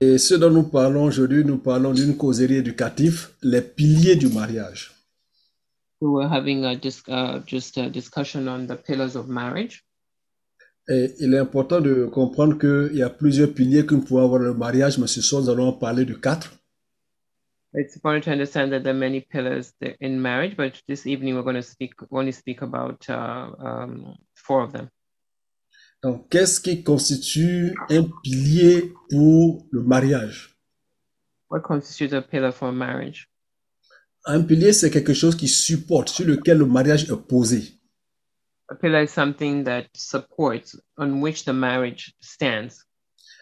Et ce dont nous parlons aujourd'hui, nous parlons d'une causerie éducative, les piliers du mariage. We were having a dis- uh, just a discussion on the pillars of marriage. Et il est important de comprendre qu'il y a plusieurs piliers que nous pouvons avoir dans le mariage, mais ce soir, nous allons en parler de quatre. It's important to understand that there are many pillars there in marriage, but this evening we're going to speak only speak about uh, um, four of them. Donc, qu'est-ce qui constitue un pilier pour le mariage What constitutes a pillar for marriage? Un pilier, c'est quelque chose qui supporte, sur lequel le mariage est posé. A pillar is something that supports on which the marriage stands.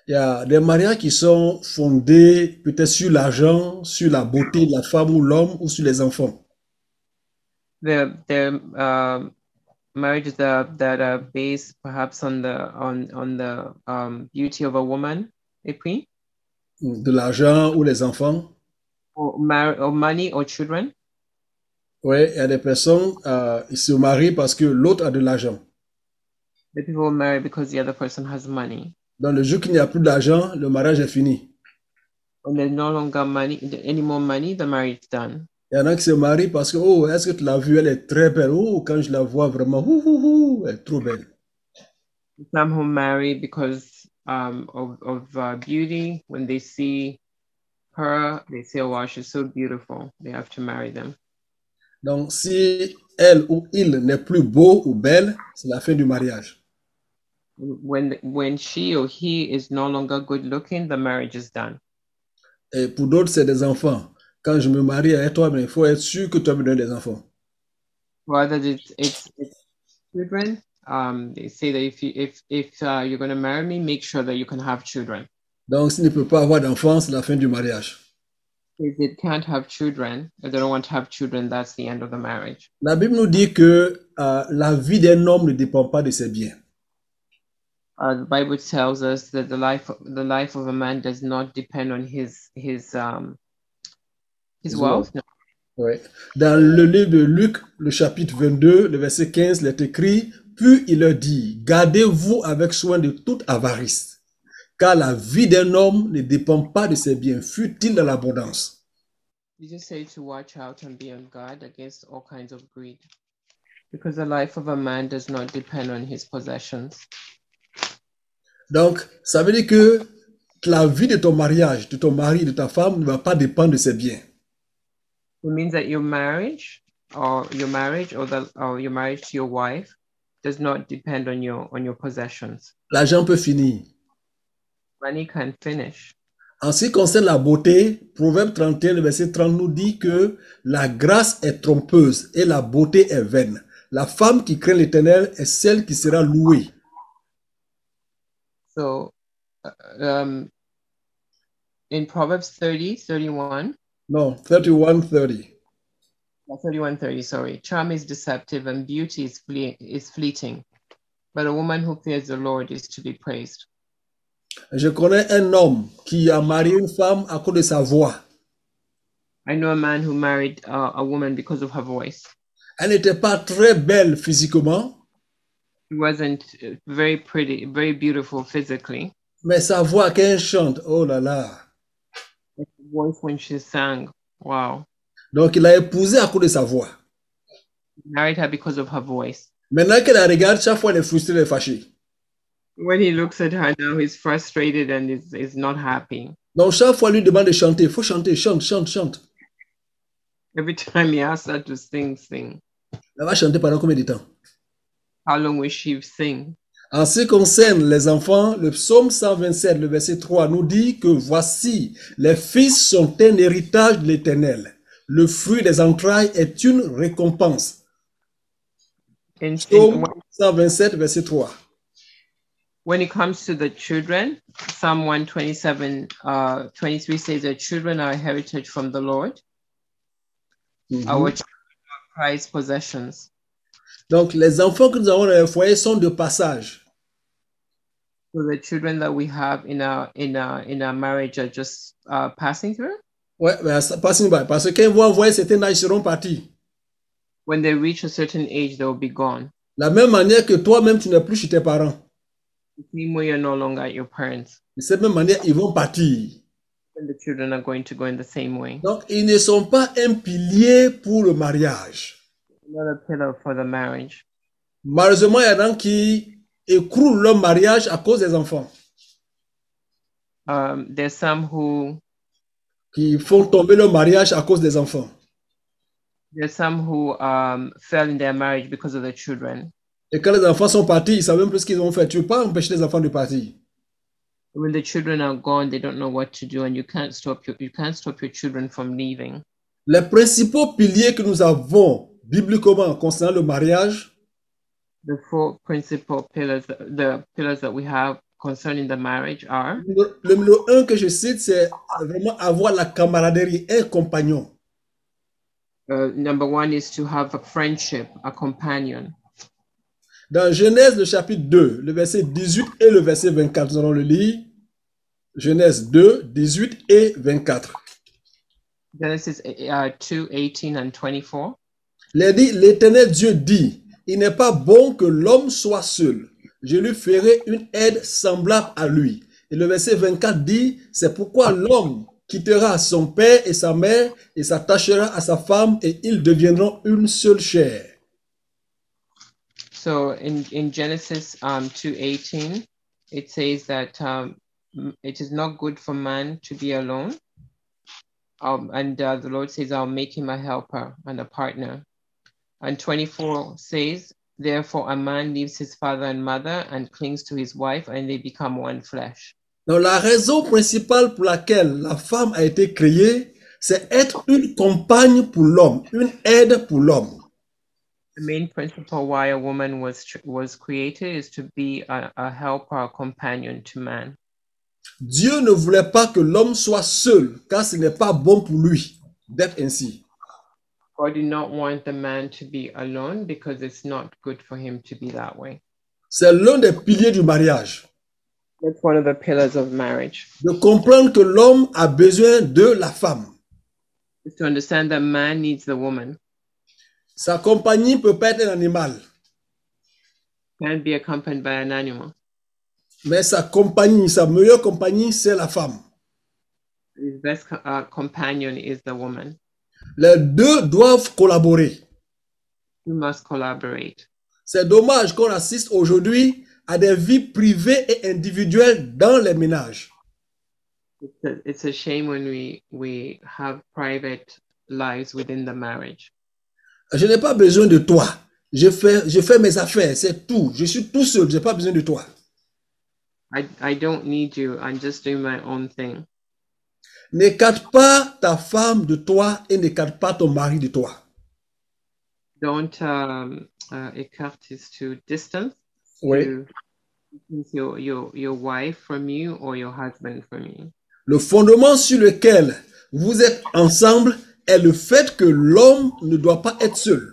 Il y a des mariages qui sont fondés peut-être sur l'argent, sur la beauté de la femme ou l'homme ou sur les enfants. The the um marriages that are, that are based perhaps on the on on the um, beauty of a woman, maybe, De l'argent ou les enfants. or mar- or money or children. Ouais, il y a des personnes euh, ils se marient parce que l'autre a de l'argent. The people marry because the other person has money. Dans le jour qu'il n'y a plus d'argent, le mariage est fini. When there's no longer money, any more money, the marriage is done. Il y en a qui se marient parce que, oh, est-ce que tu l'as vue? Elle est très belle. Oh, quand je la vois vraiment, ouh, ouh, ouh, elle est trop belle. Some who marry because um, of, of uh, beauty. When they see her, they say, oh, wow, she's so beautiful. They have to marry them. Donc, si elle ou il n'est plus beau ou belle, c'est la fin du mariage. When, when she or he is no longer good looking, the marriage is done. Et pour d'autres, c'est des enfants. Quand je me marie avec toi, mais il faut être sûr que tu vas me donner des enfants. Rather, it's, it's, it's children. Um, they say that if you, if, if uh, you're going to marry me, make sure that you can have children. Donc, s'il ne peut pas avoir d'enfants, c'est la fin du mariage. If they can't have children, if they don't want to have children, that's the end of the marriage. La Bible nous dit que euh, la vie d'un homme ne dépend pas de ses biens. Uh, the Bible tells us that the life the life of a man does not depend on his his um his His wealth. No. Ouais. Dans le livre de Luc, le chapitre 22, le verset 15, il est écrit, Puis il leur dit, gardez-vous avec soin de toute avarice, car la vie d'un homme ne dépend pas de ses biens, fut-il dans l'abondance. You just say to watch out and be on guard against all kinds of greed, because the life of a man does not depend on his possessions. Donc, ça veut dire que la vie de ton mariage, de ton mari, de ta femme ne va pas dépendre de ses biens. It means that your marriage or your marriage or the or your marriage to your wife does not depend on your on your possessions. L'argent peut finir. Money can finish. En ce qui concerne la beauté, Proverbe 31, le verset 30 nous dit que la grâce est trompeuse et la beauté est vaine. La femme qui craint l'éternel est celle qui sera louée. So uh, um in Proverbs 30, 31, Non, 31, 30. Well, 31 30 sorry charm is deceptive and beauty is, fle- is fleeting but a woman who fears the lord is to be praised Je connais un homme qui a marié une femme à cause de sa voix. i know a man who married uh, a woman because of her voice Elle n'était pas très belle physiquement, she wasn't uh, very pretty very beautiful physically mais sa voix quand elle chante, oh là là. her voice when she sang wow Donc il a épousé à cause de sa voix. He married her because of her voice Maintenant qu'elle la regarde, chaque fois elle est frustrée, elle est fâchée. when he looks at her now he's frustrated and is, is not happy Donc chaque fois elle lui demande de chanter. Il faut chanter, chante, chante, chante. every time he asks her to sing sing Elle va chanter pendant combien de temps? how long will she sing En ce qui concerne les enfants, le psaume 127, le verset 3 nous dit que voici, les fils sont un héritage de l'éternel. Le fruit des entrailles est une récompense. and Psaume 127, verset 3. when it comes to the children, Psalm 127, uh, 23 says that children are a heritage from the Lord. Mm-hmm. Our children are prized possessions. Donc, les enfants que nous avons dans les foyers sont de passage. So the children that we have in our in our in our marriage are just uh, passing through. Ouais, mais ça passe une balle. Parce que quand ils vont envoyer certains âge, ils seront partis. When they reach a certain age, they will be gone. La même manière que toi-même, tu n'es plus chez tes parents. The same way you're no longer at your parents. De cette même manière, ils vont partir. and the children are going to go in the same way. Donc, ils ne sont pas un pilier pour le mariage. Another pillar for the marriage. Malheureusement, il y en a qui écroulent leur mariage à cause des enfants, Um, there's some who qui font tomber leur mariage à cause des enfants. there's some who um, fell in their marriage because of the children. Et quand les enfants sont partis, ils savent même plus ce qu'ils ont fait. Tu ne peux pas empêcher les enfants de partir. When the children are gone, they don't know what to do, and you can't stop your you can't stop your children from leaving. Les principaux piliers que nous avons bibliquement concernant le mariage, The four principal pillars, the pillars that we have concerning the marriage are le numéro un que je cite, c'est vraiment avoir la camaraderie, un compagnon. uh, number one is to have a friendship, a companion. Dans Genèse, le chapitre 2, le verset 18 et le verset 24, nous allons le lire. Genèse 2, 18 et 24. Genesis uh, 2 18 and 24. Il est dit, l'éternel Dieu dit, il n'est pas bon que l'homme soit seul. Je lui ferai une aide semblable à lui. Et le verset 24 dit, c'est pourquoi l'homme quittera son père et sa mère et s'attachera à sa femme et ils deviendront une seule chair. So in, in Genesis um, 2.18, it says that um, m- it is not good for man to be alone. Um, and uh, the Lord says, I'll make him a helper and a partner. And 24 says, Therefore, a man leaves his father and mother and clings to his wife, and they become one flesh. Donc la raison principale pour laquelle la femme a été créée, c'est être une compagne pour l'homme, une aide pour l'homme. The main principle why a woman was, tr- was created is to be a, a helper, a companion to man. Dieu ne voulait pas que l'homme soit seul, car ce n'est pas bon pour lui d'être ainsi. God did not want the man to be alone because it's not good for him to be that way. C'est l'un des piliers du mariage, That's one of the pillars of marriage de comprendre que l'homme a besoin de la femme. is to understand that man needs the woman. Sa compagnie peut pas être un animal, Can be accompanied by an animal. mais sa compagnie, sa meilleure compagnie, c'est la femme. His best co- uh, companion is the woman. Les deux doivent collaborer. You must collaborate. C'est dommage qu'on assiste aujourd'hui à des vies privées et individuelles dans les ménages. It's a, it's a shame when we we have private lives within the marriage. Je n'ai pas besoin de toi. Je fais, je fais mes affaires, c'est tout. Je suis tout seul, je n'ai pas besoin de toi. I I don't need you. I'm just doing my own thing. N'écarte pas ta femme de toi et n'écarte pas ton mari de toi. Don't um, uh, écarte is to distance. to distance your your your wife from you or your husband from you. Le fondement sur lequel vous êtes ensemble est le fait que l'homme ne doit pas être seul.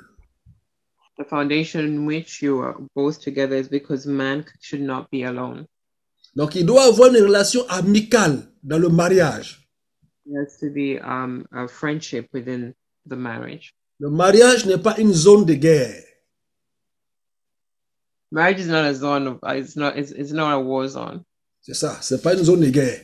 The foundation in which you are both together is because man should not be alone. Donc il doit avoir une relation amicale dans le mariage. There has to be um, a friendship within the marriage. Le mariage n'est pas une zone de guerre. Marriage is not a zone of uh, it's not it's, it's not a war zone. C'est ça, c'est pas une zone de guerre.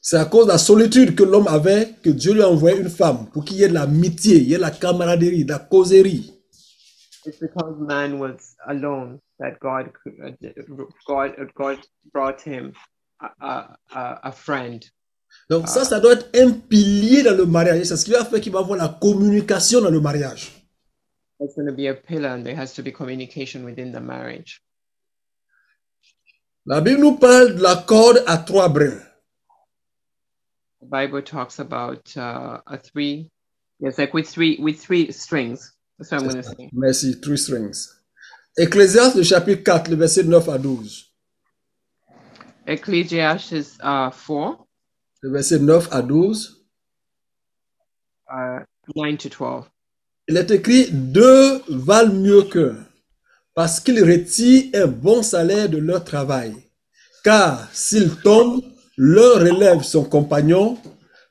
C'est à cause de la solitude que l'homme avait que Dieu lui a envoyé une femme pour qu'il y ait de l'amitié, il y ait de la camaraderie, de la causerie. It's because man was alone that God God God brought him a, a, a a friend. Donc ça, ça doit être un pilier dans le mariage. Et C'est ce qui va faire qu'il va avoir la communication dans le mariage. That's going to be a pillar, and there has to be communication within the marriage. La Bible nous parle de la corde à trois brins. The Bible talks about uh, a three. Yes, like with three with three strings. That's what I'm going to say. Merci, three strings. Ecclésiaste, le chapitre 4, le verset 9 à 12. Ecclesiastes uh, 4, Le verset 9 à 12. uh, 9 to 12. Il est écrit deux valent mieux qu'un, parce qu'ils retirent un bon salaire de leur travail. Car s'ils tombent, l'un relève son compagnon,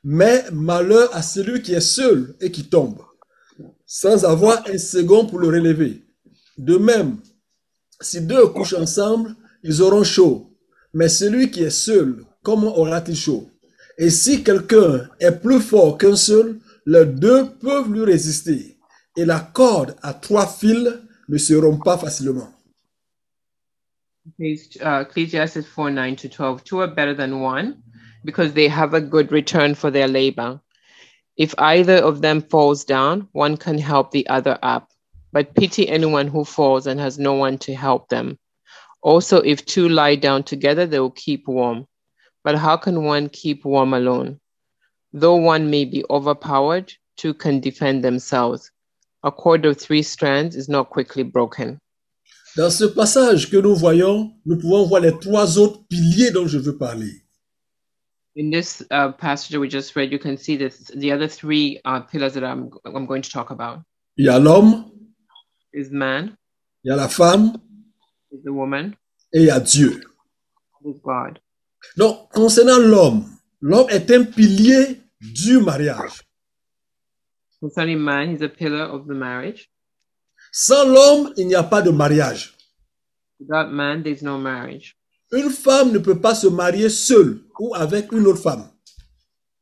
mais malheur à celui qui est seul et qui tombe, sans avoir un second pour le relever. De même, si deux couchent ensemble, ils auront chaud, mais celui qui est seul comment aura-t-il chaud Et si quelqu'un est plus fort qu'un seul, les deux peuvent lui résister. Et la corde à trois fils ne se rompt pas facilement. Ecclesi- uh, Ecclesiastes 4 9 to 12. Two are better than one because they have a good return for their labor. If either of them falls down, one can help the other up. But pity anyone who falls and has no one to help them. Also, if two lie down together, they will keep warm. But how can one keep warm alone? Though one may be overpowered, two can defend themselves. A cord of three strands is not quickly broken. Dans ce passage que nous voyons, nous pouvons voir les trois autres piliers dont je veux parler. In this uh, passage that we just read, you can see this, the other three uh, pillars that I'm, I'm going to talk about Il y a l'homme, is man, il y a la femme is the woman, et il y a Dieu. is God. Donc, concernant l'homme, l'homme est un pilier du mariage. Concerning man, he's a pillar of the marriage. Sans l'homme, il n'y a pas de mariage. Without man, there's no marriage. Une femme ne peut pas se marier seule ou avec une autre femme.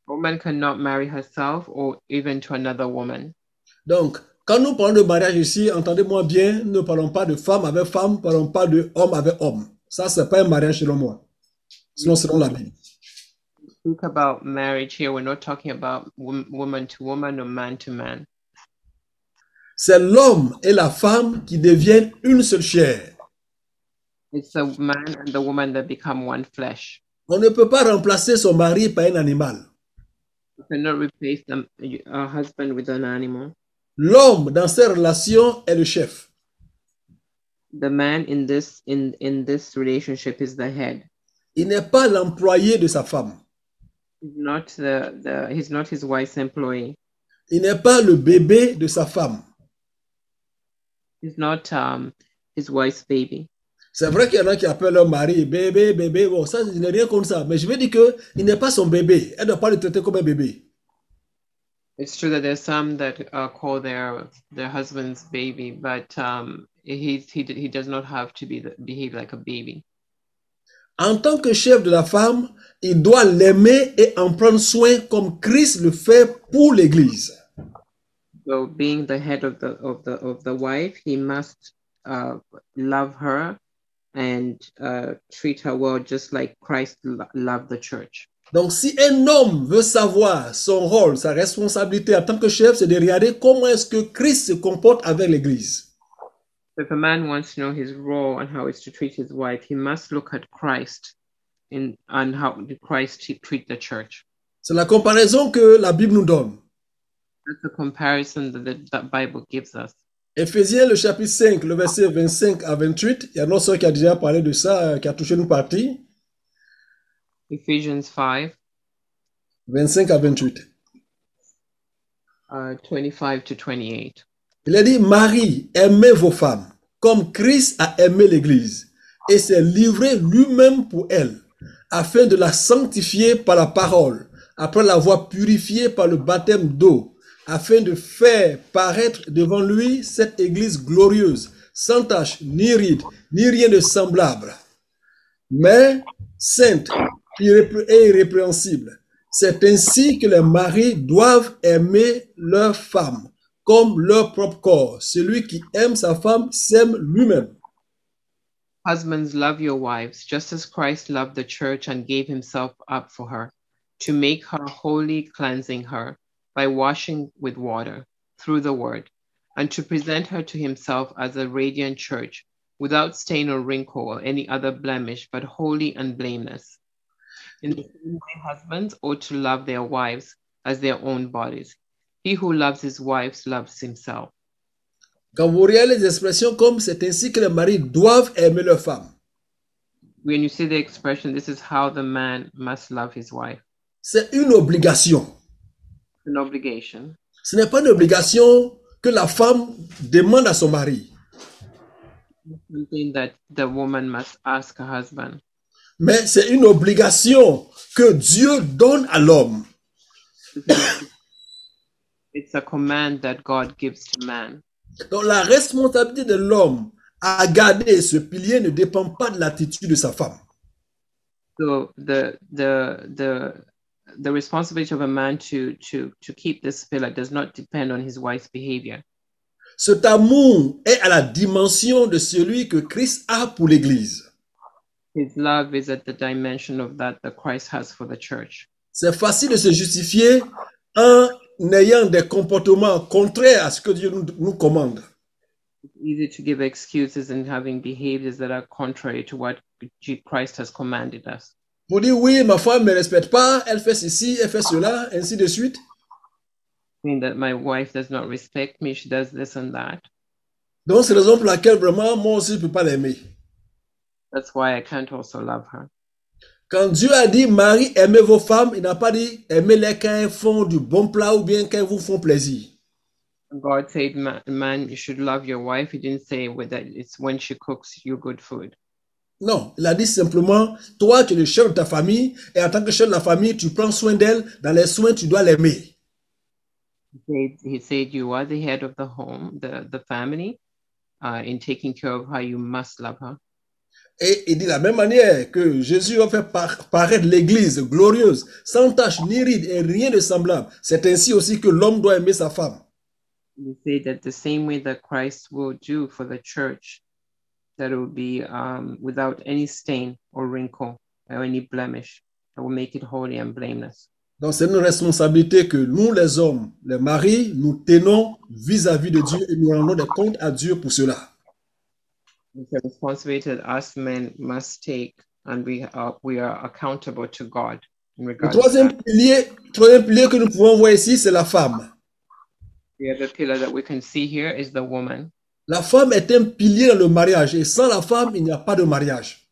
A woman cannot marry herself or even to another woman. Donc, quand nous parlons de mariage ici, entendez-moi bien, ne parlons pas de femme avec femme, ne parlons pas de homme avec homme. Ça, c'est pas un mariage selon moi. Sinon, selon la Bible. Speak about marriage here. We're not talking about wom- woman to woman or man to man. C'est l'homme et la femme qui deviennent une seule chair. It's the man and the woman that become one flesh. On ne peut pas remplacer son mari par un animal. You cannot replace them, a husband with an animal. L'homme, dans ses relations, est le chef. The man in this in in this relationship is the head. Il n'est pas l'employé de sa femme. He's not the, the he's not his wife's employee. Il n'est pas le bébé de sa femme. He's not um his wife's baby. C'est vrai qu'il y en a qui appellent leur mari bébé, bébé. Bon, ça, je n'ai rien contre ça. Mais je veux dire qu'il n'est pas son bébé. Elle ne doit pas le traiter comme un bébé. It's true that there's some that uh, call their their husband's baby, but um, he's, he d- he does not have to be the, behave like a baby. En tant que chef de la femme, il doit l'aimer et en prendre soin comme Christ le fait pour l'Église. So, being the head of the of the of the wife, he must uh, love her and uh, treat her well, just like Christ lo- loved the church. Donc, si un homme veut savoir son rôle, sa responsabilité en tant que chef, c'est de regarder comment est-ce que Christ se comporte avec l'Église. So if a man wants to know his role and how it's to treat his wife, he must look at Christ, in and how did Christ t- treat the church. C'est la comparaison que la Bible nous donne. That's the comparison that the that Bible gives us. Éphésiens, le chapitre 5, le verset 25 à 28, il y a notre soeur qui a déjà parlé de ça, euh, qui a touché une partie, Ephesians five. 25 à 28. uh, 25 to 28. Il a dit, Marie, aimez vos femmes, comme Christ a aimé l'Église, et s'est livré lui-même pour elle, afin de la sanctifier par la parole, après l'avoir purifiée par le baptême d'eau, afin de faire paraître devant lui cette Église glorieuse, sans tache, ni ride, ni rien de semblable. mais sainte irrépré- et irrépréhensible. C'est ainsi que les maris doivent aimer leur femme comme leur propre corps. Celui qui aime sa femme s'aime lui-même. Husbands, love your wives, just as Christ loved the church and gave himself up for her, to make her holy, cleansing her by washing with water through the word, and to present her to himself as a radiant church, without stain or wrinkle or any other blemish, but holy and blameless. In the same way, husbands ought to love their wives as their own bodies. He who loves his wives loves himself. Quand vous regardez les expressions comme c'est ainsi que les maris doivent aimer leur femme, when you see the expression, this is how the man must love his wife. c'est une obligation. It's an obligation. Ce n'est pas une obligation que la femme demande à son mari, Something that the woman must ask her husband. mais c'est une obligation que Dieu donne à l'homme. It's a command that God gives to man. Donc la responsabilité de l'homme à garder ce pilier ne dépend pas de l'attitude de sa femme. so the the the the responsibility of a man to to to keep this pillar does not depend on his wife's behavior. Cet amour est à la dimension de celui que Christ a pour l'Église. His love is at the dimension of that that Christ has for the church. C'est facile de se justifier en ayant des comportements contraires à ce que Dieu nous, nous commande. It's easy to give excuses and having behaviors that are contrary to what G- Christ has commanded us. Pour dire oui, ma femme ne me respecte pas, elle fait ceci, elle fait cela, ainsi de suite. Saying that my wife does not respect me, she does this and that. Donc c'est la raison pour laquelle vraiment moi aussi je ne peux pas l'aimer. That's why I can't also love her. Quand Dieu a dit Marie, aimez vos femmes, il n'a pas dit aimez-les quand elles font du bon plat ou bien quand elles vous font plaisir. God said, "Ma- man, you should love your wife. He didn't say whether it's when she cooks you good food. Non, il a dit simplement, toi tu es le chef de ta famille et en tant que chef de la famille, tu prends soin d'elle. Dans les soins, tu dois l'aimer. He said, he said you are the head of the home, the, the family. Uh, in taking care of her, you must love her. Et il dit de la même manière que Jésus va faire par- paraître l'Église glorieuse, sans tache ni ride et rien de semblable. C'est ainsi aussi que l'homme doit aimer sa femme. He said that the same way that Christ will do for the church, that it will be um, without any stain or wrinkle or any blemish, that will make it holy and blameless. Donc c'est une responsabilité que nous, les hommes, les maris, nous tenons vis-à-vis de Dieu et nous rendons des comptes à Dieu pour cela. It's a responsibility that us men must take, and we are we are accountable to God in Le regards. to troisième that. pilier, troisième pilier que nous pouvons voir ici, c'est la femme. The other pillar that we can see here is the woman. La femme est un pilier dans le mariage et sans la femme, il n'y a pas de mariage.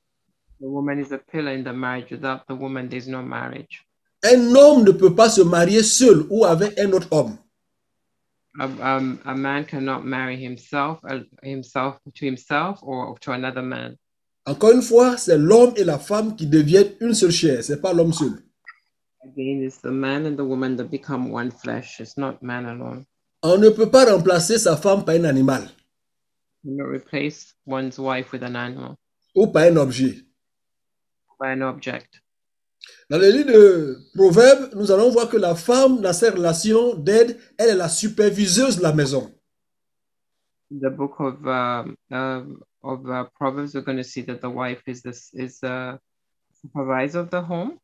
The woman is a pillar in the marriage. Without the woman, there's no marriage. Un homme ne peut pas se marier seul ou avec un autre homme. A, um, a man cannot marry himself uh, himself to himself or to another man. Encore une fois, c'est l'homme et la femme qui deviennent une seule chair, c'est pas l'homme seul. Again, it's the man and the woman that become one flesh. It's not man alone. On ne peut pas remplacer sa femme par un animal You cannot replace one's wife with an animal ou par un objet. by an object. Dans le livre de Proverbes, nous allons voir que la femme, dans ses relations d'aide, elle est la superviseuse de la maison. the book of um, um, of uh, Proverbs, we're going to see that the wife is this is the supervisor of the home.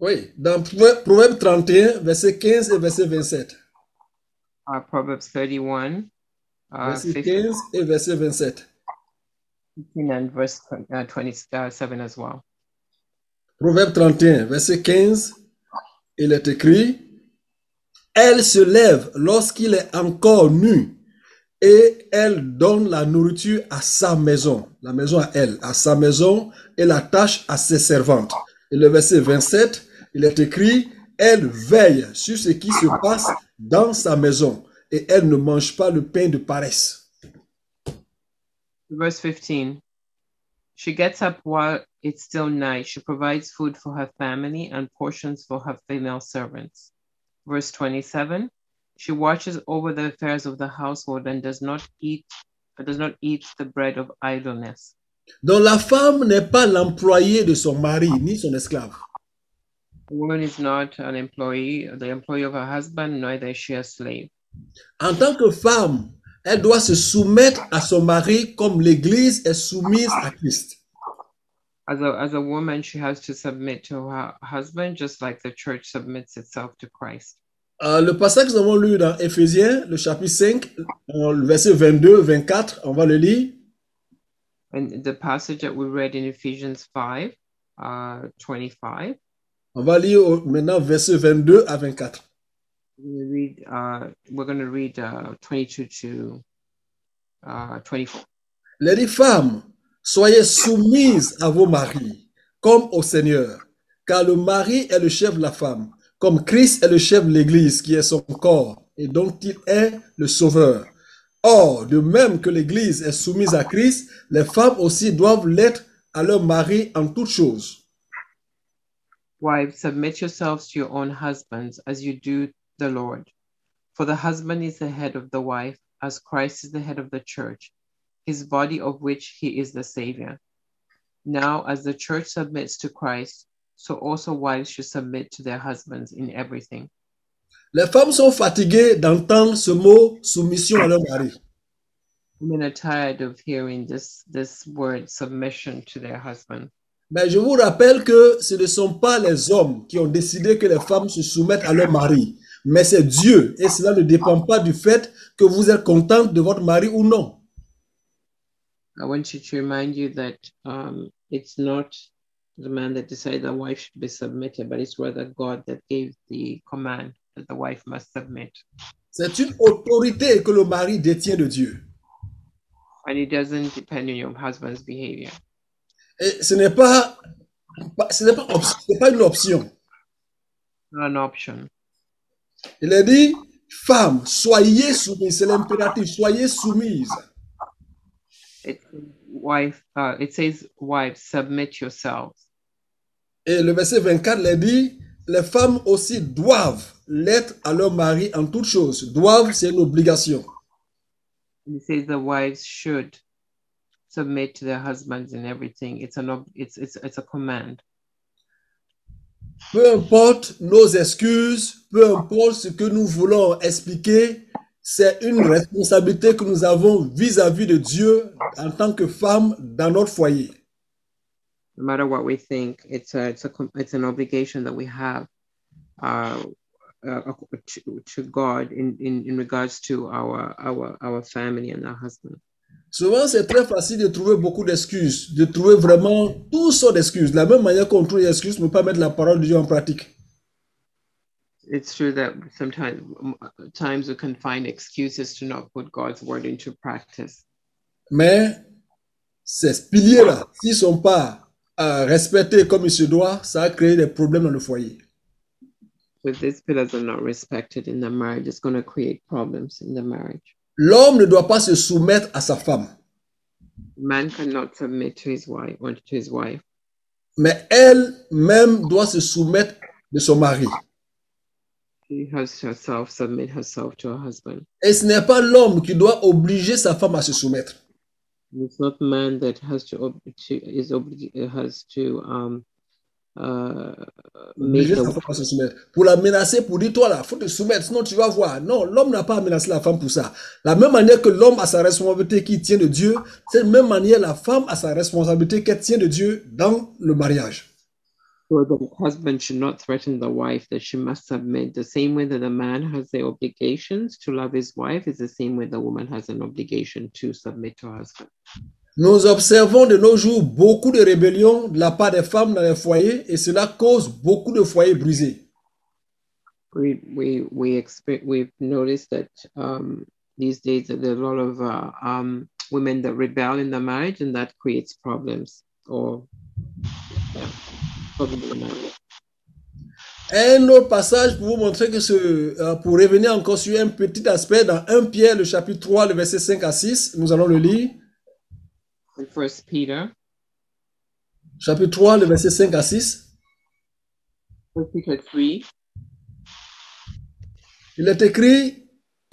Oui, dans Proverbe Proverbe 31, verset 15 et verset 27. Uh, Proverbs thirty one, uh, Verset 15 15 et verset 27. and verse uh, twenty seven as well. Proverbe 31, verset 15, il est écrit, Elle se lève lorsqu'il est encore nu et elle donne la nourriture à sa maison, la maison à elle, à sa maison et la tâche à ses servantes. Et le verset 27, il est écrit, Elle veille sur ce qui se passe dans sa maison et elle ne mange pas le pain de paresse. Verse fifteen. She gets up while it's still night. She provides food for her family and portions for her female servants. Verse 27. She watches over the affairs of the household and does not eat does not eat the bread of idleness. Donc la femme n'est pas l'employée de son mari ni son esclave. The woman is not an employee, the employee of her husband, neither is she a slave. En tant que femme, elle doit se soumettre à son mari comme l'Église est soumise à Christ. As a, as a woman, she has to submit to her husband, just like the church submits itself to Christ. Euh, le passage que nous avons lu dans Éphésiens, le chapitre 5, euh, le verset 22, 24, on va le lire. And the passage that we read in Ephesians 5 uh, 25, On va lire au- maintenant verset 22 à 24. we read, uh, we're going to read uh, 22 to uh, 24. Les dix femmes, soyez soumises à vos maris, comme au Seigneur, car le mari est le chef de la femme, comme Christ est le chef de l'Église, qui est son corps, et dont il est le sauveur. Or, de même que l'Église est soumise à Christ, les femmes aussi doivent l'être à leur mari en toutes choses. Wives, submit yourselves to your own husbands as you do the Lord. For the husband is the head of the wife, as Christ is the head of the church, his body of which he is the Savior. Now, as the church submits to Christ, So also wives should submit to their husbands in everything. Les femmes sont fatiguées d'entendre ce mot soumission à leur mari. Women are tired of hearing this this word submission to their husband. Mais je vous rappelle que ce ne sont pas les hommes qui ont décidé que les femmes se soumettent à leur mari, mais c'est Dieu. Et cela ne dépend pas du fait que vous êtes contente de votre mari ou non. I want you to remind you that um, it's not the man that decided the wife should be submitted, but it's rather God that gave the command that the wife must submit. C'est une autorité que le mari détient de Dieu. And it doesn't depend on your husband's behavior. Et ce n'est pas, pas- ce n'est pas, op- ce n'est pas une option. It's not an option. Il a dit, femme, soyez soumise. C'est l'impératif, soyez soumise. It wife. Uh, it says, wives, submit yourselves. Et le verset 24 l'a dit, les femmes aussi doivent l'être à leur mari en toutes choses. Doivent, c'est une obligation. And it says the wives should submit to their husbands in everything. It's an ob- it's it's it's a command. Peu importe nos excuses, peu importe ce que nous voulons expliquer, c'est une responsabilité que nous avons vis-à-vis de Dieu en tant que femme dans notre foyer. No matter what we think, it's a it's a com- it's an obligation that we have uh, uh, to, to God in, in in regards to our our our family and our husband. Souvent, c'est très facile de trouver beaucoup d'excuses, de trouver vraiment toutes sortes d'excuses. De la même manière qu'on trouve des excuses pour ne pas mettre la parole de Dieu en pratique. It's true that sometimes uh, times we can find excuses to not put God's word into practice. Mais ces piliers-là, s'ils ne sont pas euh, respectés comme il se doit, ça a créé des problèmes dans le foyer. If these pillars are not respected in the marriage, it's going to create problems in the marriage. L'homme ne doit pas se soumettre à sa femme, Man cannot submit to his wife or to his wife, mais elle-même doit se soumettre de son mari. she has herself submit herself to her husband. Et ce n'est pas l'homme qui doit obliger sa femme à se soumettre. It's not man that has to, ob- to is obli- has to um uh make Obliger sa the, femme à se soumettre. Pour la menacer, pour dire, toi là, faut te soumettre, sinon tu vas voir. Non, l'homme n'a pas à menacer la femme pour ça. La même manière que l'homme a sa responsabilité qui tient de Dieu, c'est la même manière la femme a sa responsabilité qu'elle tient de Dieu dans le mariage. so the husband should not threaten the wife that she must submit. The same way that the man has the obligations to love his wife is the same way the woman has an obligation to submit to her husband. Nous observons de nos jours beaucoup de rébellions de la part des femmes dans les foyers et cela cause beaucoup de foyers brisés. We we we expect we've noticed that um these days that there are a lot of uh, um women that rebel in the marriage and that creates problems or yeah, problems in the marriage. Un autre passage pour vous montrer que ce, euh, pour revenir encore sur un petit aspect dans 1 Pierre, le chapitre 3, le verset 5 à 6, nous allons le lire. In First Peter, Chapitre 3, le verset 5 à 6. First Peter three, Il est écrit,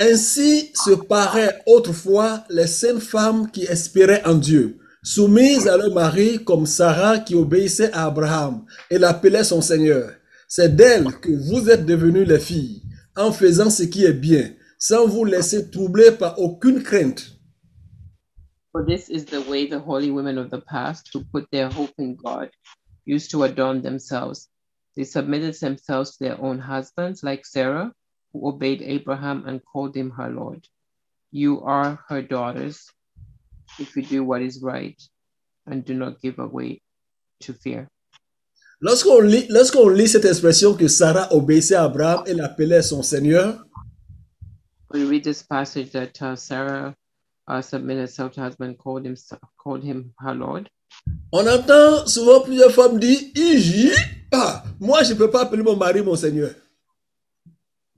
Ainsi se paraient autrefois les saintes femmes qui espéraient en Dieu, soumises à leur mari comme Sarah qui obéissait à Abraham et l'appelait son Seigneur. C'est d'elle que vous êtes devenues les filles, en faisant ce qui est bien, sans vous laisser troubler par aucune crainte. for this is the way the holy women of the past who put their hope in God used to adorn themselves. They submitted themselves to their own husbands, like Sarah, who obeyed Abraham and called him her Lord. You are her daughters if you do what is right and do not give away to fear. Lorsqu'on lit, lorsqu'on lit cette expression que Sarah obéissait à Abraham et l'appelait son Seigneur, We read this passage that uh, Sarah uh, submitted herself to her husband, called him, called him her Lord. on entend souvent plusieurs femmes dire, Iji, ah, moi je ne peux pas appeler mon mari mon Seigneur.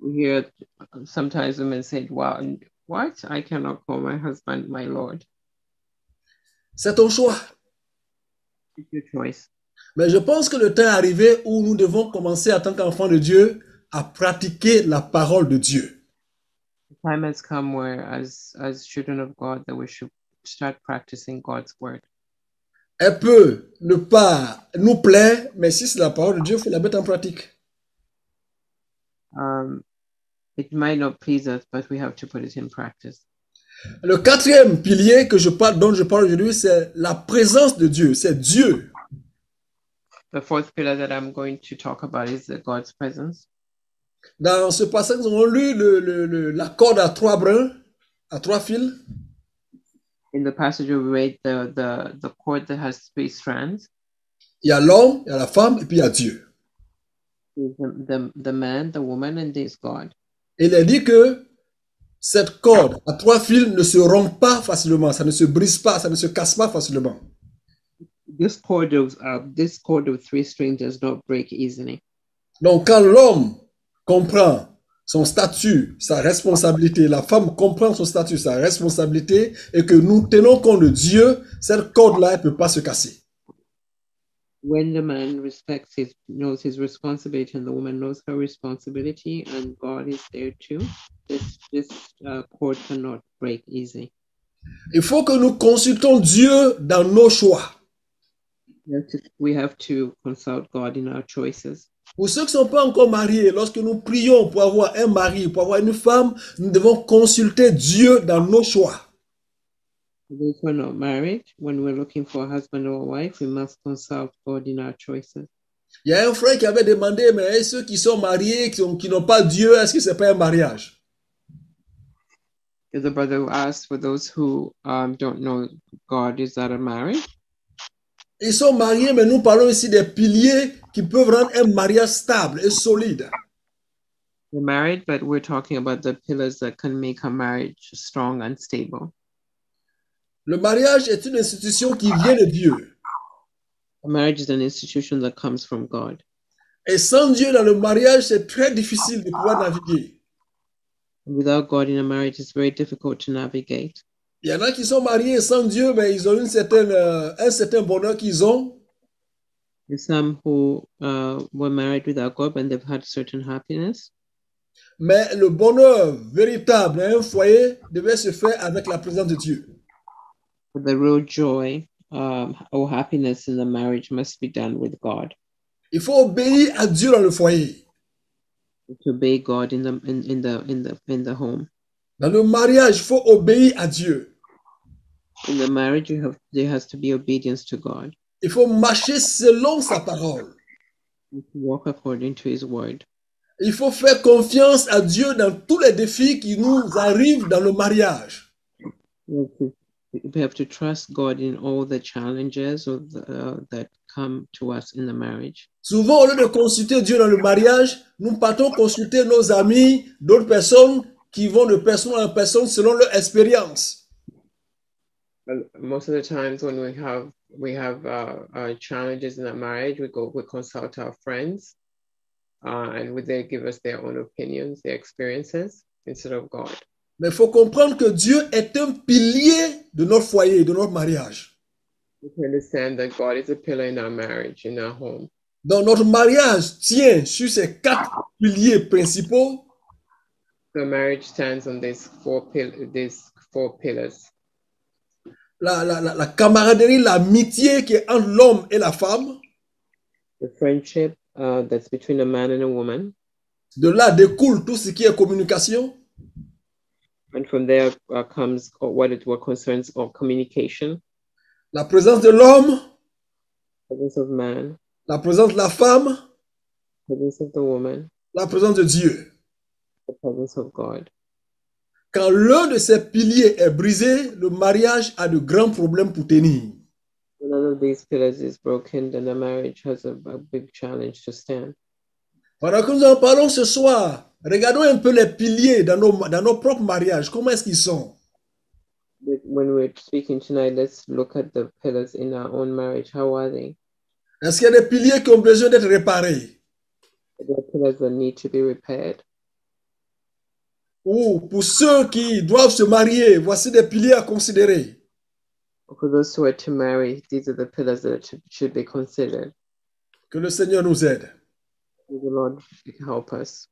we hear sometimes women say, "Wow, what? I cannot call my husband my lord." C'est ton choix. It's your choice. Mais je pense que le temps est arrivé où nous devons commencer, en tant qu'enfants de Dieu, à pratiquer la parole de Dieu. The time has come where, as as children of God, that we should start practicing God's word. Elle peut ne pas nous plaire, mais si c'est la parole de Dieu, il faut la mettre en pratique. Um, it might not please us, but we have to put it in practice. Le quatrième pilier que je parle, dont je parle aujourd'hui, c'est la présence de Dieu. C'est Dieu. The fourth pillar that I'm going to talk about is the God's presence. Dans ce passage, nous avons lu le- le- le- la corde à trois brins, à trois fils. In the passage we read the, the, the cord that has three strands Il y a l'homme, il y a la femme, et puis il y a Dieu. is the, the, the man, the woman, and there's God. Et il est dit que cette corde à trois fils ne se rompt pas facilement, ça ne se brise pas, ça ne se casse pas facilement. This cord of uh, this cord of three strings does not break easily. Donc, quand l'homme comprend son statut, sa responsabilité, la femme comprend son statut, sa responsabilité, et que nous tenons compte de Dieu, cette corde-là, elle ne peut pas se casser. When the man respects his knows his responsibility and the woman knows her responsibility and God is there too, this this uh, cord cannot break easily. Il faut que nous consultons Dieu dans nos choix. We have to- we have to consult God in our choices. Pour ceux qui ne sont pas encore mariés, lorsque nous prions pour avoir un mari, pour avoir une femme, nous devons consulter Dieu dans nos choix. For Those who are not married, when we're looking for a husband or a wife, we must consult God in our choices. Il y a un frère qui avait demandé, mais hey, ceux qui sont mariés, qui ont- qui n'ont pas Dieu, est-ce que ce n'est pas un mariage There's a brother who asked for those who um, don't know God, is that a marriage? Ils sont mariés, mais nous parlons ici des piliers qui peuvent rendre un mariage stable et solide. They're married, but we're talking about the pillars that can make a marriage strong and stable. Le mariage est une institution qui vient de Dieu. A marriage is an institution that comes from God. Et sans Dieu dans le mariage, c'est très difficile de pouvoir naviguer. Without God in a marriage, it's very difficult to navigate. Il y en a qui sont mariés sans Dieu, mais ils ont une certaine, euh, un certain bonheur qu'ils ont. There's some who uh, were married without God and they've had certain happiness. Mais le bonheur véritable à un foyer devait se faire avec la présence de Dieu. But the real joy um, or happiness in the marriage must be done with God. Il faut obéir à Dieu dans le foyer. To obey God in the in, in the in the in the home. Dans le mariage, il faut obéir à Dieu. In the marriage, you have there has to be obedience to God. Il faut marcher selon sa parole. You have to walk according to His word. Il faut faire confiance à Dieu dans tous les défis qui nous arrivent dans le mariage. We have to- we have to trust God in all the challenges or the, uh, that come to us in the marriage. Souvent, au lieu de consulter Dieu dans le mariage, nous partons consulter nos amis, d'autres personnes qui vont de personne en personne selon leur expérience. Well, most of the times when we have we have uh, uh, challenges in our marriage, we go we consult our friends, uh, and would they give us their own opinions, their experiences instead of God? Mais il faut comprendre que Dieu est un pilier de notre foyer, de notre mariage. We can understand that God is a pillar in our marriage, in our home. Donc notre mariage tient sur ces quatre piliers principaux. The marriage stands on these four pill these four pillars: La, la- la- la camaraderie, l'amitié qui est entre l'homme et la femme. the friendship uh, that's between a man and a woman, De là découle tout ce qui est communication. and from there uh, comes what it what concerns or communication, la présence de l'homme, presence of man, la présence de la femme, presence of the woman, la présence de Dieu. the presence of God. Quand l'un de ces piliers est brisé, le mariage a de grands problèmes pour tenir. When none of these pillars is broken, then a marriage has a, a big challenge to stand. Pendant que nous en parlons ce soir, regardons un peu les piliers dans nos, dans nos propres mariages. Comment est-ce qu'ils sont With- When we're speaking tonight, let's look at the pillars in our own marriage. How are they? Est-ce qu'il y a des piliers qui ont besoin d'être réparés Are there pillars that need to be repaired? Ou pour ceux qui doivent se marier, voici des piliers à considérer. For those who are to marry, these are the pillars that should, should be considered. Que le Seigneur nous aide. May the Lord help us.